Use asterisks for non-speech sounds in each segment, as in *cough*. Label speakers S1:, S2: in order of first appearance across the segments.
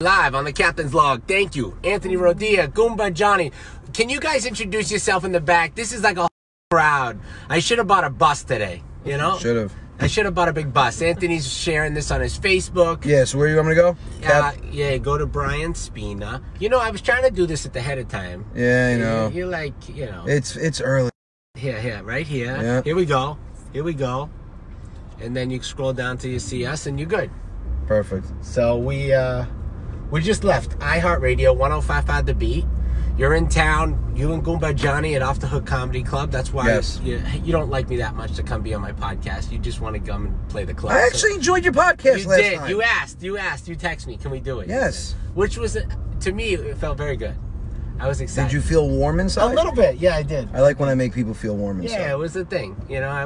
S1: Live on the captain's log. Thank you, Anthony Rodia, Goomba Johnny. Can you guys introduce yourself in the back? This is like a crowd. I should have bought a bus today. You know,
S2: Should have.
S1: I should have bought a big bus. Anthony's sharing this on his Facebook.
S2: Yeah, so where you want me to go?
S1: Uh,
S2: Cap-
S1: yeah, go to Brian Spina. You know, I was trying to do this at the head of time.
S2: yeah, you know.
S1: You're like, you know,
S2: It's it's early.
S1: here, here, right here.
S2: Yeah.
S1: Here we go. Here we go. And then you scroll down till you see us, and you're good.
S2: Perfect.
S1: So we uh, we just left iHeartRadio 1055 The Beat. You're in town. You and Goomba Johnny at Off the Hook Comedy Club. That's why
S2: Yes.
S1: you, you don't like me that much to come be on my podcast. You just want to come and play the club.
S2: I
S1: So-
S2: actually enjoyed your podcast
S1: you
S2: last
S1: did.
S2: time.
S1: You asked. You asked. You texted me. Can we do it?
S2: Yes.
S1: Which was to me, it felt very good. I was excited.
S2: Did you feel warm
S1: a
S2: inside?
S1: little bit? Yeah, I did.
S2: I like when I make people feel warm inside.
S1: Yeah, it was the thing. You know. I,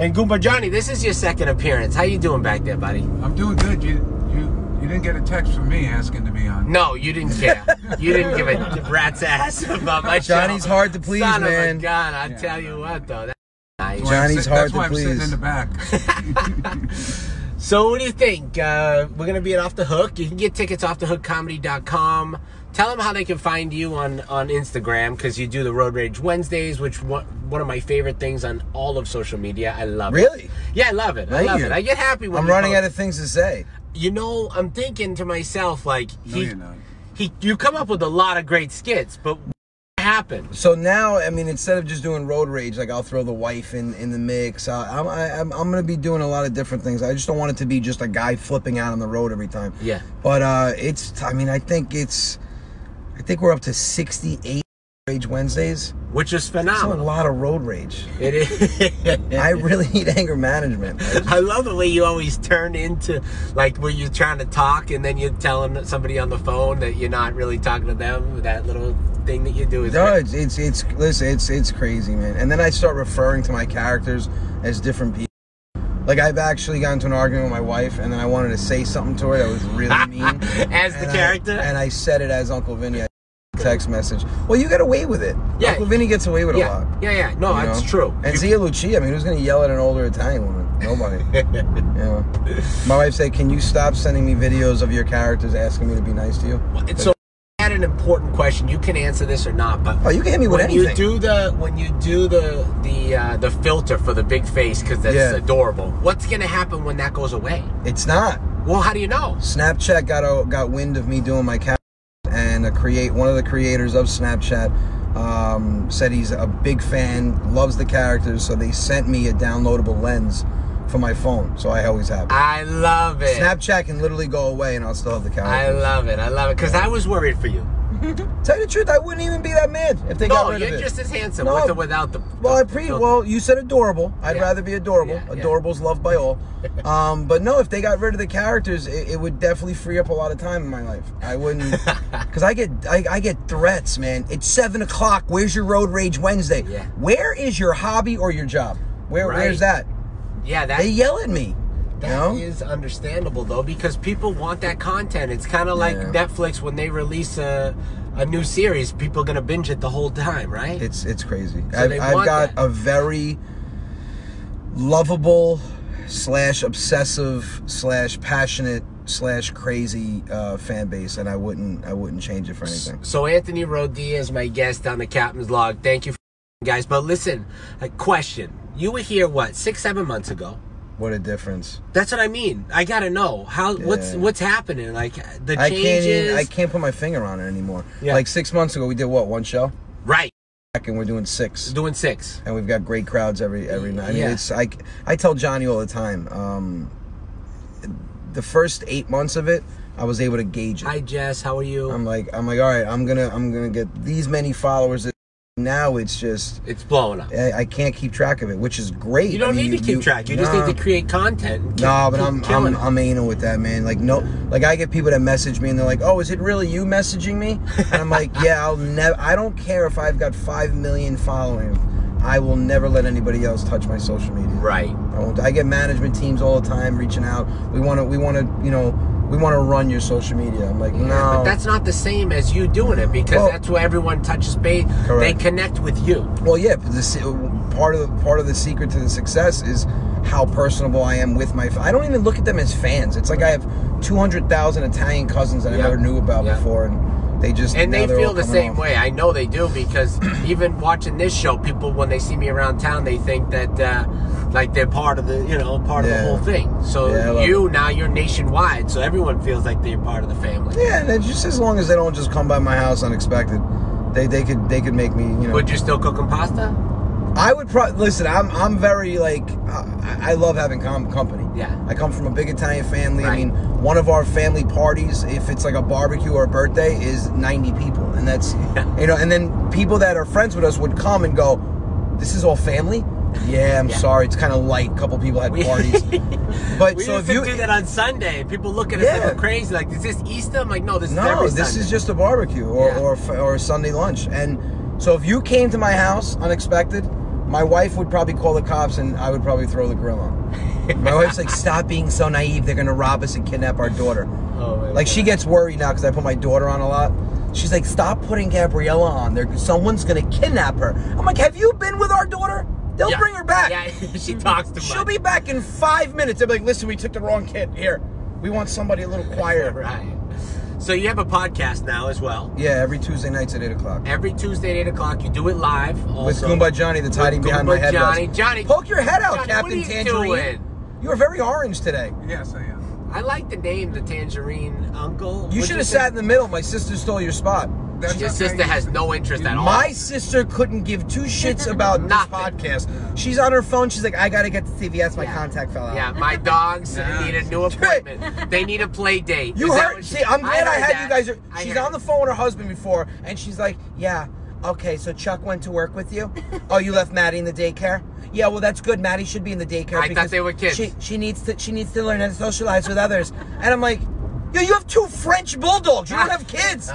S1: and Goomba Johnny, this is your second appearance. How you doing back there, buddy?
S3: I'm doing good. You you you didn't get a text from me asking to be on.
S1: No, you didn't care. you didn't give a rat's ass about my show.
S2: Johnny's hard to please,
S1: Son Of
S2: man.
S1: a gun, I
S3: Yeah,
S1: tell
S3: I
S1: you
S3: know.
S1: what, though. That's nice.
S3: That's why I'm
S2: Johnny's
S3: sit-
S2: hard
S3: That's
S2: to
S3: why I'm sitting
S2: please.
S3: in the
S2: *laughs*
S3: back.
S1: So, what do you think? Uh, we're gonna be at Off the Hook. You can get tickets offthehookcomedy.com. Tell them how they can find you on on Instagram because you do the Road Rage Wednesdays, which one one of my favorite things on all of social media. I love it.
S2: Really?
S1: Yeah, I love it.
S2: Thank
S1: I love
S2: you.
S1: it. I get happy when
S2: I'm
S1: you
S2: running
S1: post-
S2: out of things to say.
S1: You know, I'm thinking to myself like
S3: No,
S1: he
S3: you're not.
S1: he you come up with a lot of great skits, but what happened?
S2: So now, I mean, instead of just doing road rage, like I'll throw the wife in in the mix. I, I'm I, I'm I'm gonna be doing a lot of different things. I just don't want it to be just a guy flipping out on the road every time.
S1: Yeah.
S2: But uh, it's I mean I think it's I think we're up to 68 rage Wednesdays.
S1: Which is
S2: That's a
S1: phenomenal.
S2: lot of road rage.
S1: It is. *laughs*
S2: I really need anger management.
S1: I love the way you always turn into like when you're trying to talk and then you're telling somebody on the phone that you're not really talking to them. That little thing that you do is
S2: No, it's it's it's listen, it's it's crazy, man. And then I start referring to my characters as different people. Like I've actually gotten into an argument with my wife, and then I wanted to say something to her that was
S1: *laughs*
S2: really mean.
S1: as the
S2: And I-
S1: character.
S2: and I said it as Uncle Vinny. I text message. Well, you get away with it.
S1: Yeah.
S2: Uncle Vinny gets away with a
S1: yeah,
S2: lot.
S1: yeah, yeah. No,
S2: you
S1: that's
S2: know?
S1: true.
S2: And Zia Lucia, I mean, who's gonna yell at an older Italian woman?
S1: *laughs*
S2: Nobody. yeah. My wife said, "Can you stop sending me videos of your characters asking me to be nice to you?"
S1: so I had an important question. You can answer this or not, but
S2: Oh, you can hit me with
S1: when
S2: anything.
S1: you do the when you do the the uh, the filter for the big face because that's
S2: Yeah.
S1: adorable. What's gonna happen when that goes away?
S2: It's not.
S1: Well, how do you know?
S2: Snapchat got out, got wind of me doing my cat, and a create one of the creators of Snapchat um, said he's a big fan, loves the characters, so they sent me a downloadable lens for my phone, so I always have. It.
S1: I love it.
S2: Snapchat can literally go away, and I'll still have the
S1: I
S2: characters.
S1: love it. I love it because I was worried for you.
S2: Tell you the truth, I wouldn't even be that mad if they got
S1: No,
S2: rid
S1: you're
S2: of it.
S1: just as handsome
S2: No.
S1: with or without the.
S2: well,
S1: the
S2: I pre
S1: filter.
S2: well, you said adorable. I'd
S1: Yeah.
S2: rather be adorable.
S1: Yeah, yeah.
S2: Adorable's loved
S1: *laughs*
S2: by all. um, but no, if they got rid of the characters, it, it would definitely free up a lot of time in my life. I wouldn't,
S1: *laughs*
S2: because I get I, I get threats, man. It's seven o'clock. Where's your road rage Wednesday?
S1: Yeah.
S2: Where is your hobby or your job? Where
S1: Right.
S2: where's that?
S1: yeah, that
S2: They yell at me.
S1: that
S2: you know?
S1: is understandable though because people want that content. It's kind of like
S2: Yeah.
S1: Netflix when they release a a new series, people are gonna binge it the whole time, right?
S2: It's it's crazy.
S1: So
S2: I've,
S1: they
S2: I've
S1: want
S2: got
S1: that.
S2: a very lovable slash obsessive slash passionate slash crazy uh, fan base, and I wouldn't I wouldn't change it for anything.
S1: So Anthony Rodia is my guest on the Captain's Log. Thank you, guys. But listen, a question. You were here what six, seven months ago.
S2: What a difference!
S1: That's what I mean. I gotta know how what's
S2: Yeah.
S1: what's happening. Like the changes,
S2: I can't even, I can't put my finger on it anymore.
S1: Yeah.
S2: Like six months ago, we did what one show,
S1: right?
S2: and we're doing six.
S1: Doing six.
S2: and we've got great crowds every every night. I mean,
S1: Yeah.
S2: it's I I tell Johnny all the time. Um, the first eight months of it, I was able to gauge it.
S1: Hi Jess, how are you?
S2: I'm like, I'm like, all right, I'm gonna, I'm gonna get these many followers. Now it's just,
S1: it's blowing up.
S2: I, I can't keep track of it, which is great.
S1: You don't
S2: I mean,
S1: need to keep track. You just
S2: nah.
S1: need to create content. and keep-
S2: No, but
S1: keep
S2: I'm,
S1: killing
S2: I'm,
S1: it.
S2: I'm anal with that, man. Like, no, like I get people that message me and they're like, oh, is it really you messaging me? And
S1: *laughs*
S2: I'm like, yeah, I'll never. I don't care if I've got five million following. I will never let anybody else touch my social media.
S1: right.
S2: I, won't, I get management teams all the time reaching out. We want to, we want to, you know, we want to run your social media. I'm like, no.
S1: But that's not the same as you doing it because
S2: Well-
S1: that's where everyone touches base. They
S2: Correct.
S1: connect with you.
S2: Well, yeah, but the, se- part of the, part of the secret to the success is how personable I am with my. f- I don't even look at them as fans. It's like I have two hundred thousand Italian cousins that I
S1: Yeah.
S2: never knew about
S1: Yeah.
S2: before, and they just
S1: And
S2: now
S1: they
S2: they're
S1: feel
S2: all
S1: the
S2: coming
S1: same
S2: off.
S1: way. I know they do because *clears throat* even watching this show, people when they see me around town, they think that uh, like they're part of the you know part of
S2: Yeah.
S1: the whole thing. So
S2: Yeah, I love
S1: you now you're nationwide, so everyone feels like they're part of the family.
S2: Yeah, and it's just as long as they don't just come by my house unexpected, they they could they could make me you know.
S1: Would you still cook 'em pasta?
S2: I would probably listen. I'm I'm very like I, I love having com- company.
S1: Yeah.
S2: I come from a big Italian family. I
S1: Right.
S2: mean, one of our family parties, if it's like a barbecue or a birthday, is 90 people, and that's you know, and then people that are friends with us would come and go. This is all family. Yeah, I'm
S1: Yeah.
S2: sorry. It's kind of light. A couple people had
S1: *laughs*
S2: parties, but
S1: We
S2: so
S1: used
S2: if
S1: to
S2: you
S1: do that on Sunday. People look at us
S2: Yeah.
S1: like we're crazy. Like, is this Easter? I'm like, no, this is
S2: No,
S1: every
S2: this is
S1: Sunday.
S2: just a barbecue or,
S1: Yeah.
S2: or, f- or a Sunday lunch. And so if you came to my house unexpected, my wife would probably call the cops and I would probably throw the grill
S1: *laughs*
S2: on. my wife's like, stop being so naive. They're going to rob us and kidnap our daughter.
S1: Oh, my
S2: Like she
S1: God.
S2: gets worried now because I put my daughter on a lot. She's like, stop putting Gabriella on there. 'cause Someone's going to kidnap her. I'm like, have you been with our daughter? They'll
S1: Yeah.
S2: bring her back. Mm-hmm.
S1: Yeah, *laughs* she talks too
S2: She'll
S1: much.
S2: be back in five minutes. They'll be like, listen, we took the wrong kid. Here, we want somebody
S1: *laughs*
S2: a little quieter.
S1: right. So you have a podcast now as well.
S2: Yeah, every Tuesday nights at 8 o'clock.
S1: Every Tuesday at eight o'clock, you do it live.
S2: with
S1: Also.
S2: Goomba Johnny that's hiding
S1: With
S2: behind
S1: Goomba
S2: my head.
S1: Johnny.
S2: rest.
S1: Johnny-
S2: poke your head out,
S1: Johnny, what
S2: Captain
S1: are you
S2: Tangerine.
S1: doing?
S2: You are very orange today.
S3: Yes, I am.
S1: I like the name, the Tangerine Uncle.
S2: You should have sat in the middle. My sister stole your spot.
S3: That's
S1: Your
S3: not
S1: sister
S3: nice.
S1: has no interest at all.
S2: *laughs* My sister couldn't give
S1: *laughs*
S2: two shits about this
S1: Nothing.
S2: podcast. She's on her phone. She's like, I gotta get to CVS. My contact fell out.
S1: Yeah, my
S2: *laughs*
S1: dogs
S3: Yeah.
S1: need a new appointment. they need a play date.
S2: You
S1: Is that
S2: heard?
S1: what
S2: See, I'm glad I,
S1: heard
S2: had
S1: that.
S2: you guys. are-
S1: I
S2: She's
S1: heard
S2: on the
S1: it.
S2: phone with her husband before, and she's like, "Yeah, okay, so Chuck went to work with you. oh, you left Maddie in the daycare. Yeah, well, that's good. Maddie should be in the daycare.
S1: I thought
S2: because
S1: they were kids.
S2: She she needs to she needs to learn how to socialize with others. And I'm like, yo, you have two French bulldogs. You don't
S1: *laughs*
S2: have kids.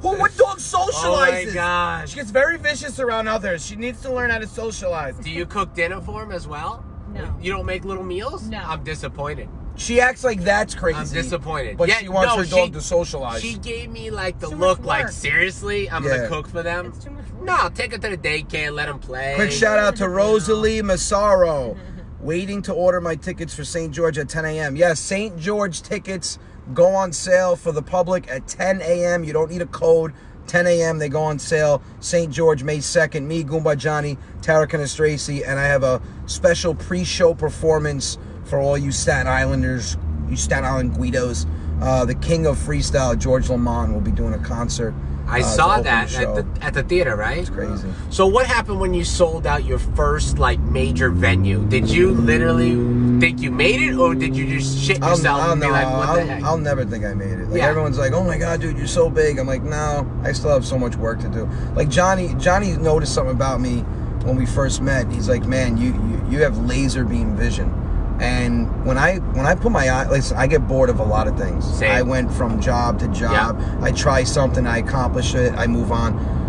S2: Who what dog socializes?
S1: Oh God.
S2: She gets very vicious around others. She needs to learn how to socialize.
S1: Do you cook dinner for him as well?
S4: No.
S1: You don't make little meals?
S4: No.
S1: I'm disappointed.
S2: She acts like that's crazy.
S1: I'm disappointed.
S2: But
S1: Yeah,
S2: she wants
S1: no,
S2: her dog to socialize.
S1: She gave me like the
S4: Too much
S1: look, like
S4: work.
S1: seriously, I'm
S2: Yeah.
S1: gonna cook for them.
S4: It's too much work.
S1: No, take her to the daycare, let them play.
S2: Quick shout out to Rosalie Massaro. Waiting to order my tickets for St. George at 10 a.m. Yes, St. George tickets go on sale for the public at 10 a.m. You don't need a code. 10 a.m. They go on sale. St. George, May 2nd. Me, Goomba Johnny, Tara Canestraci, and I have a special pre-show performance for all you Staten Islanders, you Staten Island Guidos. Uh, the king of freestyle, George Lamont, will be doing a concert.
S1: I
S2: uh, to
S1: saw
S2: open the
S1: that
S2: show.
S1: at the, at the theater, right? It's
S2: crazy.
S1: So what happened when you sold out your first like major venue? Did you literally think you made it, or did you just shit
S2: I'll,
S1: yourself
S2: I'll,
S1: and be
S2: no,
S1: like, "What the
S2: I'll,
S1: heck"?
S2: I'll never think I made it. Like
S1: Yeah.
S2: everyone's like, "Oh my god, dude, you're so big." I'm like, "No, I still have so much work to do." Like Johnny, Johnny noticed something about me when we first met. He's like, "Man, you you, you have laser beam vision." And when I when I put my eye, listen, I get bored of a lot of things.
S1: Same.
S2: I went from job to job. I try something, I accomplish it, I move on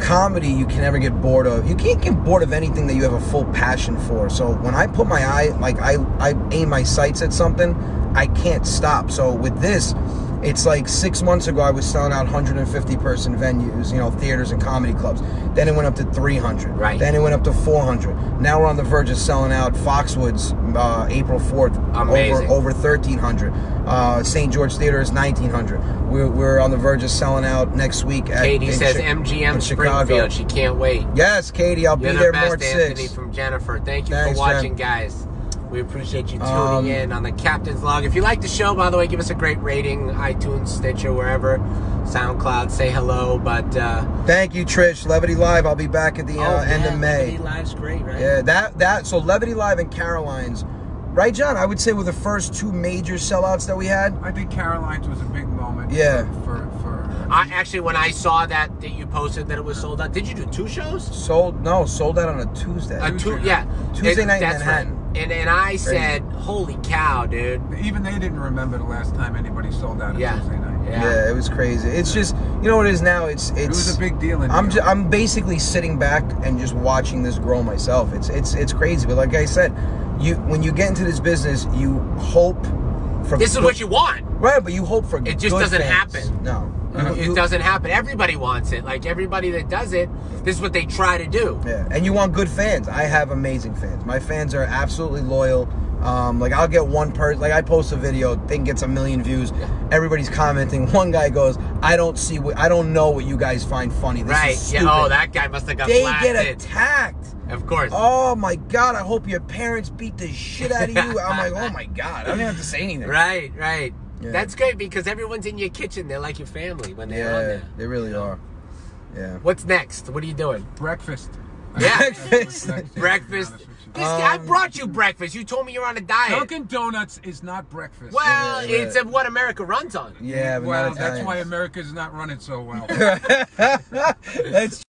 S2: comedy you can never get bored of you can't get bored of anything that you have a full passion for so when i put my eye like i i aim my sights at something i can't stop so with this it's like six months ago i was selling out 150 person venues you know theaters and comedy clubs then it went up to 300
S1: Right.
S2: then it went up to 400 now we're on the verge of selling out foxwoods uh, april 4th
S1: Amazing.
S2: over over 1300 uh, st george theater is 1900 we're, we're on the verge of selling out next week at
S1: Katie
S2: in
S1: says
S2: Chi-
S1: MGM
S2: in Chicago.
S1: Springfield. She can't wait.
S2: Yes, Katie, I'll
S1: You're
S2: be
S1: the
S2: there
S1: best,
S2: March
S1: Anthony
S2: 6th.
S1: from Jennifer. Thank you
S2: Thanks,
S1: for
S2: Jen.
S1: watching, guys. We appreciate you tuning
S2: Um,
S1: in on the Captain's Log. If you like the show, by the way, give us a great rating, iTunes, Stitcher, wherever, SoundCloud. Say hello, but uh,
S2: Thank you, Trish. Levity Live. I'll be back at the uh,
S1: oh,
S2: end
S1: yeah,
S2: of May.
S1: Liberty Live's great, right?
S2: Yeah, that that so Levity Live and Caroline's, right, John? I would say were the first two major sellouts that we had.
S3: I think Caroline's was a big moment.
S2: Yeah.
S3: For for.
S1: I actually, when I saw that that you posted that it was sold out, did you do two shows?
S2: Sold no, sold out on a Tuesday.
S1: A two, yeah,
S2: Tuesday night in
S1: that's right.
S2: Manhattan.
S1: And and I said, holy cow, dude.
S3: Even they didn't remember the last time anybody sold out a
S1: Yeah.
S3: Tuesday night.
S1: Yeah.
S2: yeah. it was crazy. It's just you know what it is now. It's it's
S3: It was a big deal. In
S2: I'm
S3: New
S2: ju-
S3: York.
S2: I'm basically sitting back and just watching this grow myself. It's it's it's crazy, but like I said, you when you get into this business, you hope for
S1: This is what you want.
S2: right, but you hope for.
S1: It just
S2: good
S1: doesn't
S2: things.
S1: happen. Uh-huh.
S2: No,
S3: Uh,
S2: You-
S1: It
S2: you-
S1: doesn't happen. Everybody wants it. Like everybody that does it, this is what they try to do.
S2: Yeah, and you want good fans. I have amazing fans. My fans are absolutely loyal. Um, like I'll get one person. Like I post a video, thing gets a million views. Everybody's commenting. *laughs* One guy goes, "I don't see. What, I don't know what you guys find funny. This
S1: right.
S2: is stupid."
S1: Yeah. Oh, that guy must have got
S2: they
S1: blasted.
S2: get attacked.
S1: Of course.
S2: Oh my god! I hope your parents beat the shit out of you. I'm like, oh my god! I don't even have to say
S1: *laughs*
S2: anything.
S1: Right, right.
S2: Yeah.
S1: That's great because everyone's in your kitchen. They're like your family when they're on
S2: Yeah,
S1: there.
S2: they really are. Yeah.
S1: What's next? What are you doing?
S3: Breakfast.
S1: *laughs* Yeah.
S2: Breakfast.
S1: *laughs* breakfast.
S3: To be honest with
S1: This guy, I
S2: Um,
S1: brought you breakfast. You told me you're on a diet.
S3: you. Dunkin' Donuts is not breakfast.
S1: Well,
S2: Yeah, yeah.
S1: it's of what America runs on.
S2: Yeah. But
S3: well,
S2: not
S3: that's why
S2: Italians.
S3: America's not running so
S2: *laughs*
S3: well.
S2: That's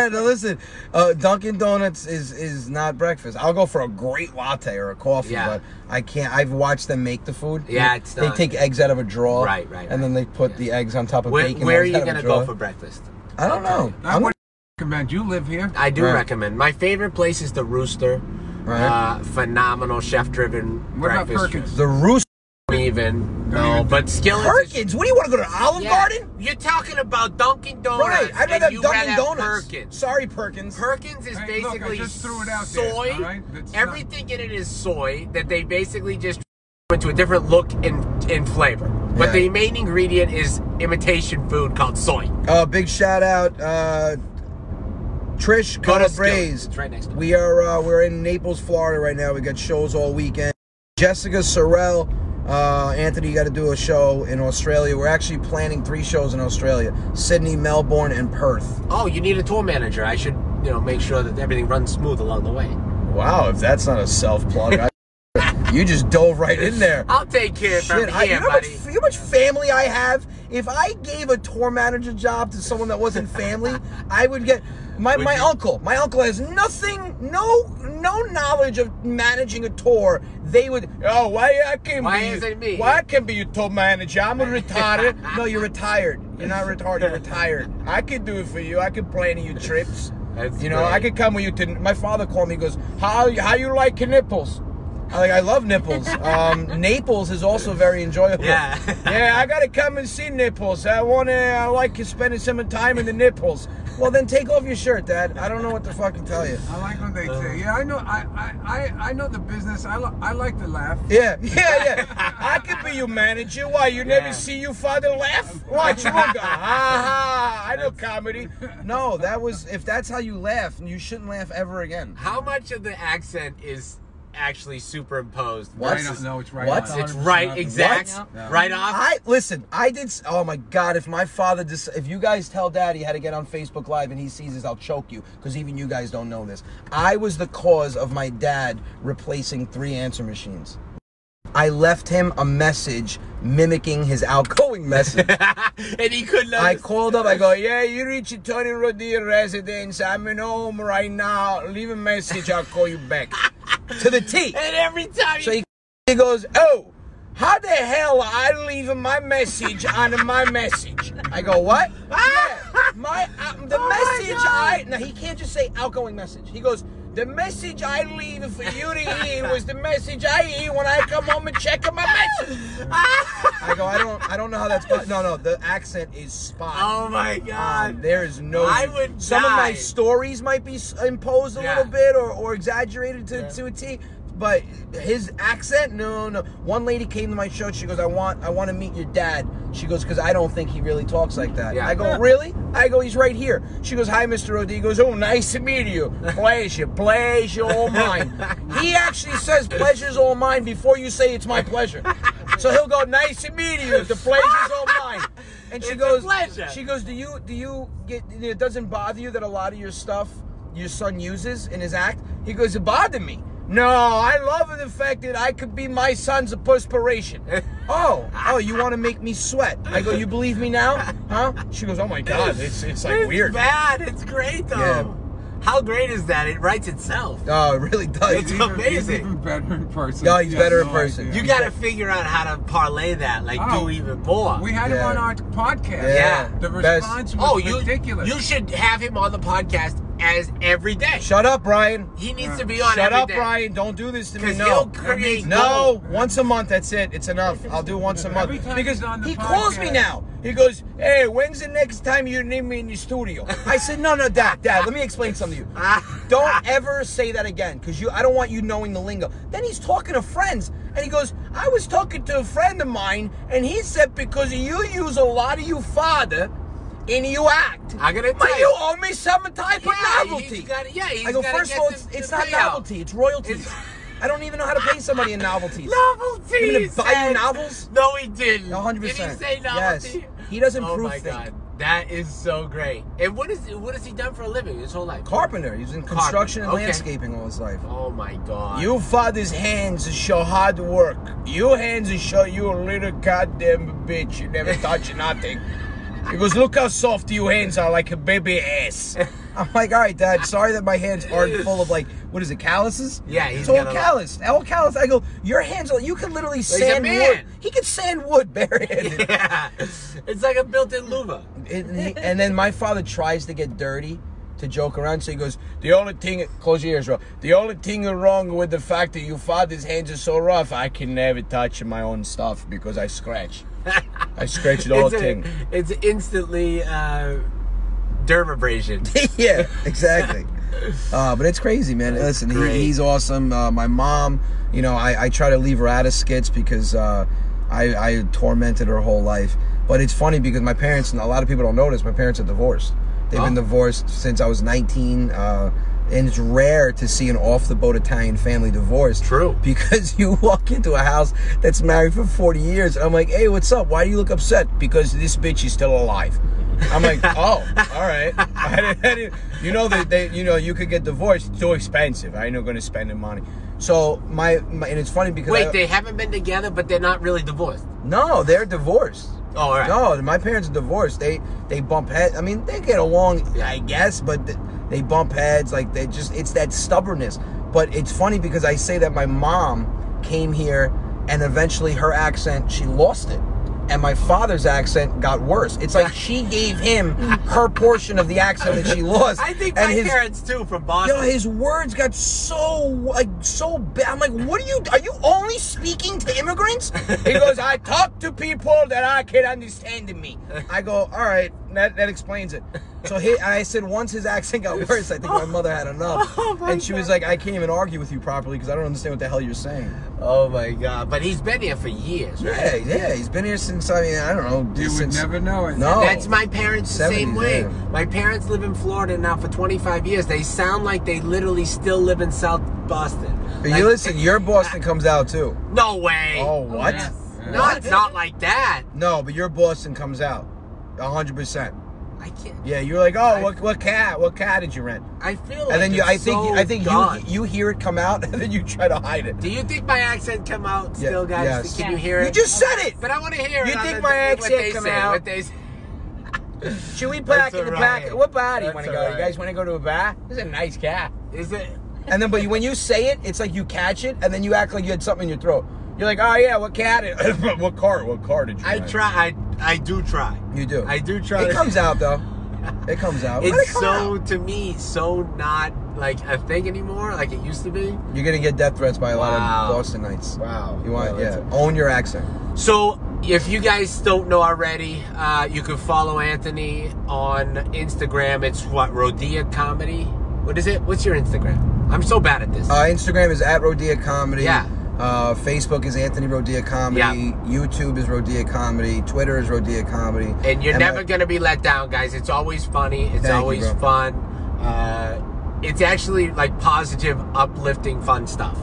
S2: yeah, now listen, uh, Dunkin' Donuts is is not breakfast. I'll go for a great latte or a coffee,
S1: Yeah.
S2: but I can't. I've watched them make the food.
S1: Yeah,
S2: They-
S1: it's
S2: they
S1: not-
S2: take eggs out of a drawer,
S1: Right, right,
S2: and then they put the eggs on top of
S1: Where,
S2: bacon.
S1: where are
S2: that's
S1: you
S2: out of a
S1: gonna go
S2: drawer.
S1: for breakfast?
S2: I don't know.
S3: I
S2: I'm
S3: would recommend you live here.
S1: I do
S2: Right.
S1: recommend. My favorite place is the Rooster.
S2: Right.
S1: Uh, phenomenal chef-driven
S3: What about
S1: breakfast.
S3: Perkins?
S2: the rooster.
S1: Don't even.
S3: Don't
S1: No,
S3: even-
S1: but Skillet's.
S2: Perkins. What do you want to go to Olive
S1: Yeah.
S2: Garden?
S1: You're talking about Dunkin' Donuts.
S2: Right. I'd rather
S1: and
S2: have
S1: you
S2: Dunkin'
S1: rather have
S2: Donuts.
S1: Perkins.
S2: Sorry, Perkins.
S1: Perkins is
S3: Hey, look, I
S1: basically
S3: just threw it out there,
S1: soy.
S3: all right? That's
S1: Everything in it is soy that they basically just into a different look and in flavor. But
S2: Yeah.
S1: the main ingredient is imitation food called soy.
S2: Uh, big shout out, uh, Trish
S1: Go to Skillet.
S2: Calabrese.
S1: It's right next to it.
S2: We are uh, we're in Naples, Florida right now. We got shows all weekend. Jessica Sorrell, uh, Anthony, you got to do a show in Australia. We're actually planning three shows in Australia: Sydney, Melbourne, and Perth.
S1: Oh, you need a tour manager. I should, you know, make sure that everything runs smooth along the way.
S2: Wow, if that's not a self plug, *laughs* you just dove right in there.
S1: I'll take care of
S2: Shit,
S1: from
S2: I, you,
S1: here,
S2: know how much,
S1: buddy.
S2: you know how much family I have? If I gave a tour manager job to someone that wasn't
S1: *laughs*
S2: family, I would get my,
S1: Would
S2: my
S1: you-
S2: uncle. My uncle has nothing, no no knowledge of managing a tour. They would oh why I can't
S1: Why
S2: be
S1: isn't me?"
S2: why I can't be your tour manager? I'm a
S1: *laughs*
S2: retired. no, you're retired. You're not retired. You're retired. I can do it for you. I can plan your trips.
S1: That's
S2: you know
S1: great.
S2: I could come with you to. My father called me. He goes how how you like your nipples? I like I love nipples. Um, Naples is also very enjoyable.
S1: Yeah.
S2: *laughs* yeah, I gotta come and see nipples. I wanna I like you spending some time in the nipples. Well then take off your shirt, Dad. I don't know what to fucking tell you.
S3: I like when they say, "Yeah, I know, I, I, I, I know the business. I, li- I like to laugh."
S2: Yeah, *laughs* yeah, yeah. I could be your manager. Why you
S1: Yeah.
S2: never see your father laugh? Watch you look. Ha ha! I know comedy. No, that was if that's how you laugh, you shouldn't laugh ever again.
S1: How much of the accent is actually superimposed?
S2: What?
S1: versus-
S3: Right on- no, it's right.
S2: What?
S3: on.
S1: It's right,
S3: 100%
S1: exact,
S3: What? No.
S1: right off.
S2: I listen. I did. s- Oh my god! If my father, dis- if you guys tell Daddy how to get on Facebook Live and he sees this, I'll choke you. Because even you guys don't know this. I was the cause of my dad replacing three answer machines. I left him a message mimicking his outgoing message.
S1: *laughs* *laughs* and he couldn't.
S2: I
S1: understand.
S2: called up. I go, yeah, you reach Tony Rodia residence. I'm in home right now. Leave a message. I'll call you back. to the T.
S1: and every time
S2: So
S1: he,
S2: he, he goes, Oh, how the hell I leave my message on my message? I go, What? yeah, my uh, *laughs* the message I now he can't just say outgoing message. He goes, The message I leave for you *laughs* to hear was the message I hear when I come home and check on my message. I go, I don't I don't know how that's po-" no no the accent is spot.
S1: *laughs* oh my
S2: on.
S1: god,
S2: there is Um, no.
S1: I would
S2: Some of my
S1: die.
S2: stories might be s- imposed a
S1: Yeah.
S2: little bit or, or exaggerated to, to a T, but his accent, no, no. One lady came to my show. She goes, "I want, I want to meet your dad." She goes, "Cause I don't think he really talks like that."
S1: Yeah.
S2: I go, "Really?" I go, "He's right here." She goes, "Hi, Mr. O'D." He goes, "Oh, nice to meet you.
S1: *laughs*
S2: Pleasure, pleasure, all mine." he actually says, "Pleasure's all mine" before you say it's my pleasure. So he'll go, "Nice to meet you. The pleasure's all mine." And
S1: It's
S2: she
S1: a
S2: goes,
S1: pleasure.
S2: she goes, do you do you get? It doesn't bother you that a lot of your stuff your son uses in his act. He goes, it bothered me. No, I love the fact that I could be my son's
S1: *laughs*
S2: perspiration. oh, oh, you want to make me sweat? I go, you believe me now, huh? She goes, oh my god, it's it's like
S1: it's
S2: weird.
S1: bad. It's great though. How great is that? It writes itself.
S2: Oh, it really does.
S1: It's *laughs*
S3: He's even-
S1: amazing.
S3: He's even better in person.
S2: No, he's
S3: You
S2: better
S3: have
S2: in person.
S3: idea.
S1: You got to figure out how to parlay that, like
S3: Oh.
S1: do even more.
S3: We had
S2: Yeah.
S3: him on our podcast.
S1: Yeah.
S3: The
S2: Best.
S3: response was
S1: oh, you
S3: ridiculous.
S1: you should have him on the podcast as every day.
S2: Shut up, Brian.
S1: He needs to be on.
S2: Shut
S1: every
S2: up,
S1: day. *laughs*
S2: Brian. Don't do this to me.
S1: 'Cause
S2: No.
S1: he'll create
S2: no.
S1: gold.
S2: Once a month. That's it. It's enough. I'll do once a month.
S3: Every time
S2: because
S3: he's on the
S2: he calls me
S3: podcast.
S2: now. He goes, "Hey, when's the next time you need me in your studio?" I said, "No, no, Dad. Dad, let me explain something to
S1: Ah.
S2: you. don't ever say that again, because you. I don't want you knowing the lingo." Then he's talking to friends, and he goes, "I was talking to a friend of mine, and he said because you use a lot of you father." And you act.
S1: I gotta
S2: But
S1: tell
S2: you
S1: you.
S2: owe me some type
S1: Yeah,
S2: of novelty.
S1: he's gotta- yeah, he's
S2: I go,
S1: gotta
S2: first of
S1: get
S2: all,
S1: the-
S2: it's,
S1: the
S2: it's not
S1: payout."
S2: novelty, it's royalties.
S1: It's- *laughs*
S2: I don't even know how to pay somebody in novelties.
S1: Novelty.
S2: I'm gonna
S1: he
S2: buy you
S1: said.
S2: novels?
S1: No, he didn't.
S2: 100%.
S1: Did he say
S2: Yes.
S1: novelty?
S2: He doesn't
S1: Oh
S2: proof
S1: my
S2: think.
S1: god, that is so great. And what is what has he done for a living his whole life?
S2: Carpenter, he's in construction and
S1: okay.
S2: landscaping all his life.
S1: Oh my god.
S2: You father's hands show hard work. Your hands show you a little goddamn bitch. You never touch
S1: *laughs*
S2: nothing. He goes, look how soft your hands are, like a
S1: *laughs*
S2: baby ass. I'm like, all right, Dad. Sorry that my hands aren't full of like, what is it, calluses?
S1: Yeah, he's
S2: it's all
S1: got a lot.
S2: calloused, all calloused. I go, your hands are. You can literally
S1: a
S2: sand
S1: man.
S2: wood. He can sand wood *laughs* barehanded.
S1: *laughs* Yeah. It's like a built-in louvre.
S2: and, he- and then my father tries to get dirty to joke around, so he goes, "The only thing, close your ears, bro. The only thing wrong with the fact that your father's hands are so rough, I can never touch my own stuff because I scratch. I scratch the
S1: *laughs*
S2: whole
S1: It's, a-
S2: thing.
S1: it's instantly uh,
S2: *laughs*
S1: dermabrasion.
S2: yeah, exactly. Uh, but it's crazy, man. Listen,
S1: great.
S2: he, he's awesome. Uh, my mom, you know, I, I try to leave her out of skits because uh, I, I tormented her whole life. But it's funny because my parents, and a lot of people don't notice, my parents are divorced. They've been
S1: Oh.
S2: divorced since I was 19. Uh, and it's rare to see an off the boat Italian family divorced.
S1: True.
S2: Because *laughs* you walk into a house that's married for 40 years. And I'm like, hey, what's up? Why do you look upset? Because this bitch is still alive.
S1: *laughs*
S2: I'm like, oh, all right. *laughs* I didn't- I didn't- you know that they, you know, you could get divorced. Too expensive. I ain't not gonna spend the money. So my, my and it's funny because
S1: Wait,
S2: I-
S1: they haven't been together, but they're not really divorced.
S2: no, they're divorced.
S1: Oh, all right.
S2: No, my parents are divorced. They they bump heads. I mean, they get along, I guess, but th- they bump heads. Like they just, it's that stubbornness. But it's funny because I say that my mom came here, and eventually her accent, she lost it, and my father's accent got worse.
S1: *laughs*
S2: It's like she gave him her portion of the accent that she lost.
S1: I think
S2: and
S1: my
S2: his,
S1: parents too from Boston.
S2: Yo, his words got so like so bad. I'm like, what are you? Are you only speaking to immigrants? He goes, I talk to people that I can understand me. I go, all right, that, that explains it. So he, I said once his accent got worse, I think my mother had enough,
S1: *laughs* Oh my
S2: and she was like, I can't even argue with you properly because I don't understand what the hell you're saying.
S1: *laughs* oh my god! But he's been here for years. Right?
S2: Yeah, yeah, he's been here since I mean I don't know.
S3: You would
S2: since-
S3: never know it.
S2: No.
S1: That's my parents the same
S2: 70s,
S1: way.
S2: yeah.
S1: My parents live in Florida now for 25 years. They sound like they literally still live in South Boston.
S2: But
S1: Like-
S2: you listen, your Boston comes out too.
S1: No way.
S2: Oh, what?
S3: yes.
S1: No, it's not like that.
S2: No, but your Boston comes out, hundred percent.
S1: I can't.
S2: Yeah, you're like, oh, what, what cat? What cat did you rent?
S1: I feel like.
S2: And then you,
S1: it's
S2: I think,
S1: so
S2: I think
S1: gone.
S2: you, you hear it come out, *laughs* and then you try to hide it.
S1: Do you think my accent come out
S2: Yeah,
S1: still, guys?
S2: yes.
S1: Can you hear it?
S2: You just said it.
S1: But I want to hear
S2: You
S1: it. on
S2: think
S1: the-
S2: my
S1: what they
S2: accent come
S1: say,
S2: out?
S1: What they say.
S2: uh, Should we
S1: That's
S2: pack in the
S1: all
S2: pack?
S1: right.
S2: What bar do you
S1: That's
S2: want to
S1: all
S2: go? You
S1: right.
S2: guys want to go to a bar? This is a nice cat.
S1: Is it?
S2: And then, but you, when you say it, it's like you catch it, and then you act like you had something in your throat. You're like, oh yeah, what cat? *laughs* Did, what car? What car did you?
S1: I
S2: rent?
S1: try. I I do try.
S2: You do.
S1: I do try.
S2: It
S1: to-
S2: comes out *laughs* though. It comes out. Let it
S1: It's
S2: come
S1: so
S2: out.
S1: to me so not like a thing anymore, like it used to be.
S2: You're gonna get death threats by a lot
S1: Wow.
S2: of Bostonites.
S1: Wow.
S2: You want? yeah. Own your accent.
S1: So, if you guys don't know already, uh, you can follow Anthony on Instagram. It's what Rodea Comedy. What is it? What's your Instagram? I'm so bad at this.
S2: Uh, Instagram is at Rodea Comedy.
S1: Yeah.
S2: Uh, Facebook is Anthony Rodea Comedy.
S1: Yeah.
S2: YouTube is Rodea Comedy. Twitter is Rodea Comedy.
S1: and you're
S2: And
S1: never
S2: I-
S1: gonna be let down, guys. It's always funny. It's
S2: Thank you,
S1: always
S2: bro.
S1: fun. Uh, it's actually like positive, uplifting, fun stuff.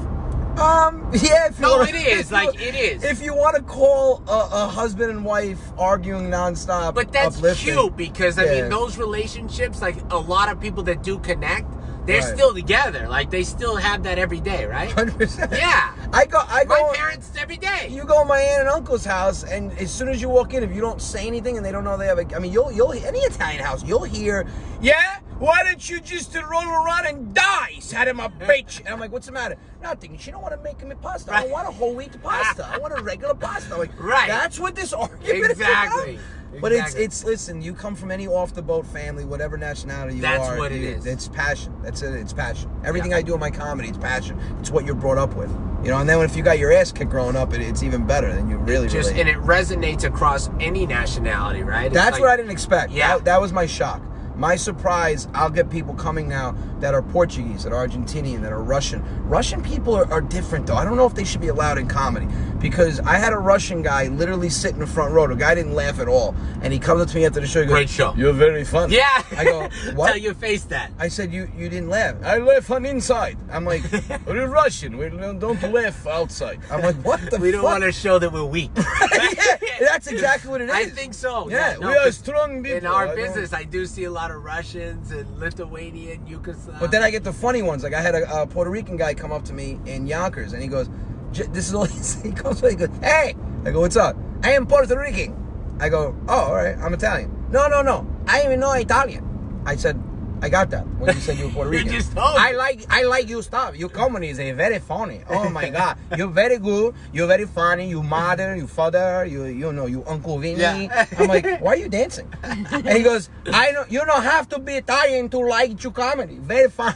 S2: Um. *laughs* Yeah. If you
S1: No,
S2: wanna-
S1: it is,
S2: *laughs* if you-
S1: like, it is.
S2: If you want to call a, a husband and wife arguing nonstop,
S1: But that's
S2: uplifting.
S1: cute because I
S2: Yeah.
S1: mean those relationships, like a lot of people that do connect, they're
S2: Right. *laughs*
S1: still together. Like they still have that every day, right?
S2: 100%.
S1: Yeah.
S2: *laughs* I go. I go.
S1: My parents every day.
S2: You go to my aunt and uncle's house, and as soon as you walk in, if you don't say anything and they don't know they have a, I mean, you'll you'll any Italian house, you'll hear, yeah. Why don't you just roll around and die,
S1: *laughs*
S2: son of a bitch? And I'm like, what's the matter? Nothing. She don't want to make me pasta. I
S1: Right.
S2: want a whole wheat pasta. I want a regular pasta. I'm like,
S1: Right.
S2: That's what this argument
S1: Exactly.
S2: is about. But it's
S1: Exactly.
S2: it's listen. You come from any off the boat family, whatever nationality you
S1: That's
S2: are.
S1: what it
S2: you-
S1: is.
S2: It's passion. That's it. It's passion. Everything
S1: Yeah.
S2: I do in my comedy, it's passion. It's what you're brought up with. You know, and then if you got your ass kicked growing up, it, it's even better. Then you really
S1: Just
S2: relate.
S1: and it resonates across any nationality, right? It's
S2: That's
S1: like-
S2: what I didn't expect.
S1: Yeah.
S2: That, that was my shock. My surprise, I'll get people coming now that are Portuguese, that are Argentinian, that are Russian. Russian people are, are different, though. I don't know if they should be allowed in comedy because I had a Russian guy literally sit in the front row. The guy didn't laugh at all. And he comes up to me after the show. He goes,
S1: Great show.
S2: You're very
S1: *laughs*
S2: funny.
S1: Yeah.
S2: I go,
S1: *laughs*
S2: What?
S1: Tell your face that.
S2: I said, you, you didn't laugh. I laugh on inside. I'm
S1: *laughs*
S2: like, We're Russian. We don't don't laugh outside. I'm like, What the
S1: we don't
S2: fuck?
S1: want to show that we're
S2: *laughs*
S1: weak. *laughs*
S2: yeah, that's exactly what it is.
S1: I think so.
S2: Yeah,
S1: no,
S2: we are
S1: 'cause
S2: strong people.
S1: In our
S2: I don't-
S1: business, I do see a lot of Russians and Lithuanian, Yugoslav.
S2: But then I get the funny ones. Like I had a, a Puerto Rican guy come up to me in Yonkers, and he goes, J- "This is all *laughs* he, said. he comes. up, He goes, hey." I go, "What's up?" I am Puerto Rican. I go, "Oh, all right. I'm Italian." No, no, no. I even know Italian. I said, "I got that." When you said you were
S1: *laughs*
S2: Puerto
S1: You
S2: Rican,
S1: just told
S2: I
S1: me.
S2: like I like your stuff. Your comedy is eh, very funny. Oh my god, you're very good. You're very funny. You mother, you father, you you know, you Uncle Vinny.
S1: Yeah.
S2: I'm like, why are you dancing? And he goes, I don't. You don't have to be Italian to like your comedy. Very fun.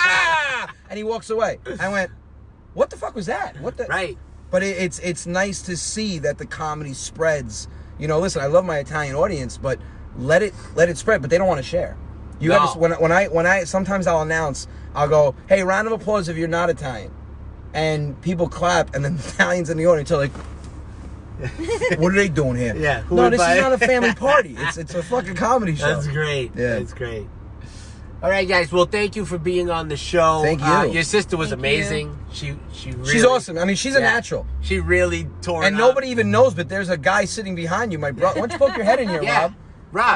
S2: *laughs* and he walks away. I went, what the fuck was that? What the
S1: Right.
S2: But it, it's it's nice to see that the comedy spreads. You know, listen, I love my Italian audience, but let it let it spread. But they don't want to share. You
S1: No.
S2: have to, when when I when I sometimes I'll announce, I'll go, hey, round of applause if you're not Italian, and people clap, and then the Italians in the audience
S1: *laughs*
S2: are like. what are they doing here?
S1: Yeah, who
S2: No, this
S1: invite-
S2: is not
S1: *laughs*
S2: a family party. It's it's a fucking comedy show.
S1: That's great.
S2: Yeah.
S1: That's great. All right, guys. Well, thank you for being on the show.
S2: Thank you.
S1: Uh, your sister was
S4: Thank
S1: amazing. She she really,
S2: She's awesome. I mean, she's a
S1: Yeah.
S2: natural.
S1: She really tore.
S2: And
S1: it
S2: nobody
S1: Up.
S2: even knows, but there's a guy sitting behind you, my brother. Why don't you poke your head in
S1: *laughs*
S2: here,
S1: Yeah,
S2: Rob?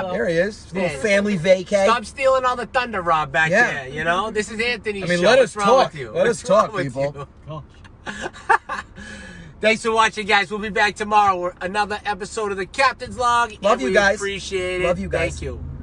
S1: Rob.
S2: There he is. Little
S1: Yeah.
S2: family vacay.
S1: Stop stealing all the thunder, Rob. Back
S2: Yeah.
S1: there. You know this is Anthony's
S2: I mean,
S1: show.
S2: let
S1: What's
S2: us
S1: wrong
S2: talk.
S1: With you?
S2: Let us
S1: What's wrong
S2: talk,
S1: with
S2: people.
S1: you? *laughs* Thanks for watching, guys. We'll be back tomorrow with another episode of the Captain's Log.
S2: Love
S1: and
S2: you
S1: we
S2: guys.
S1: Appreciate it.
S2: Love you guys.
S1: Thank you.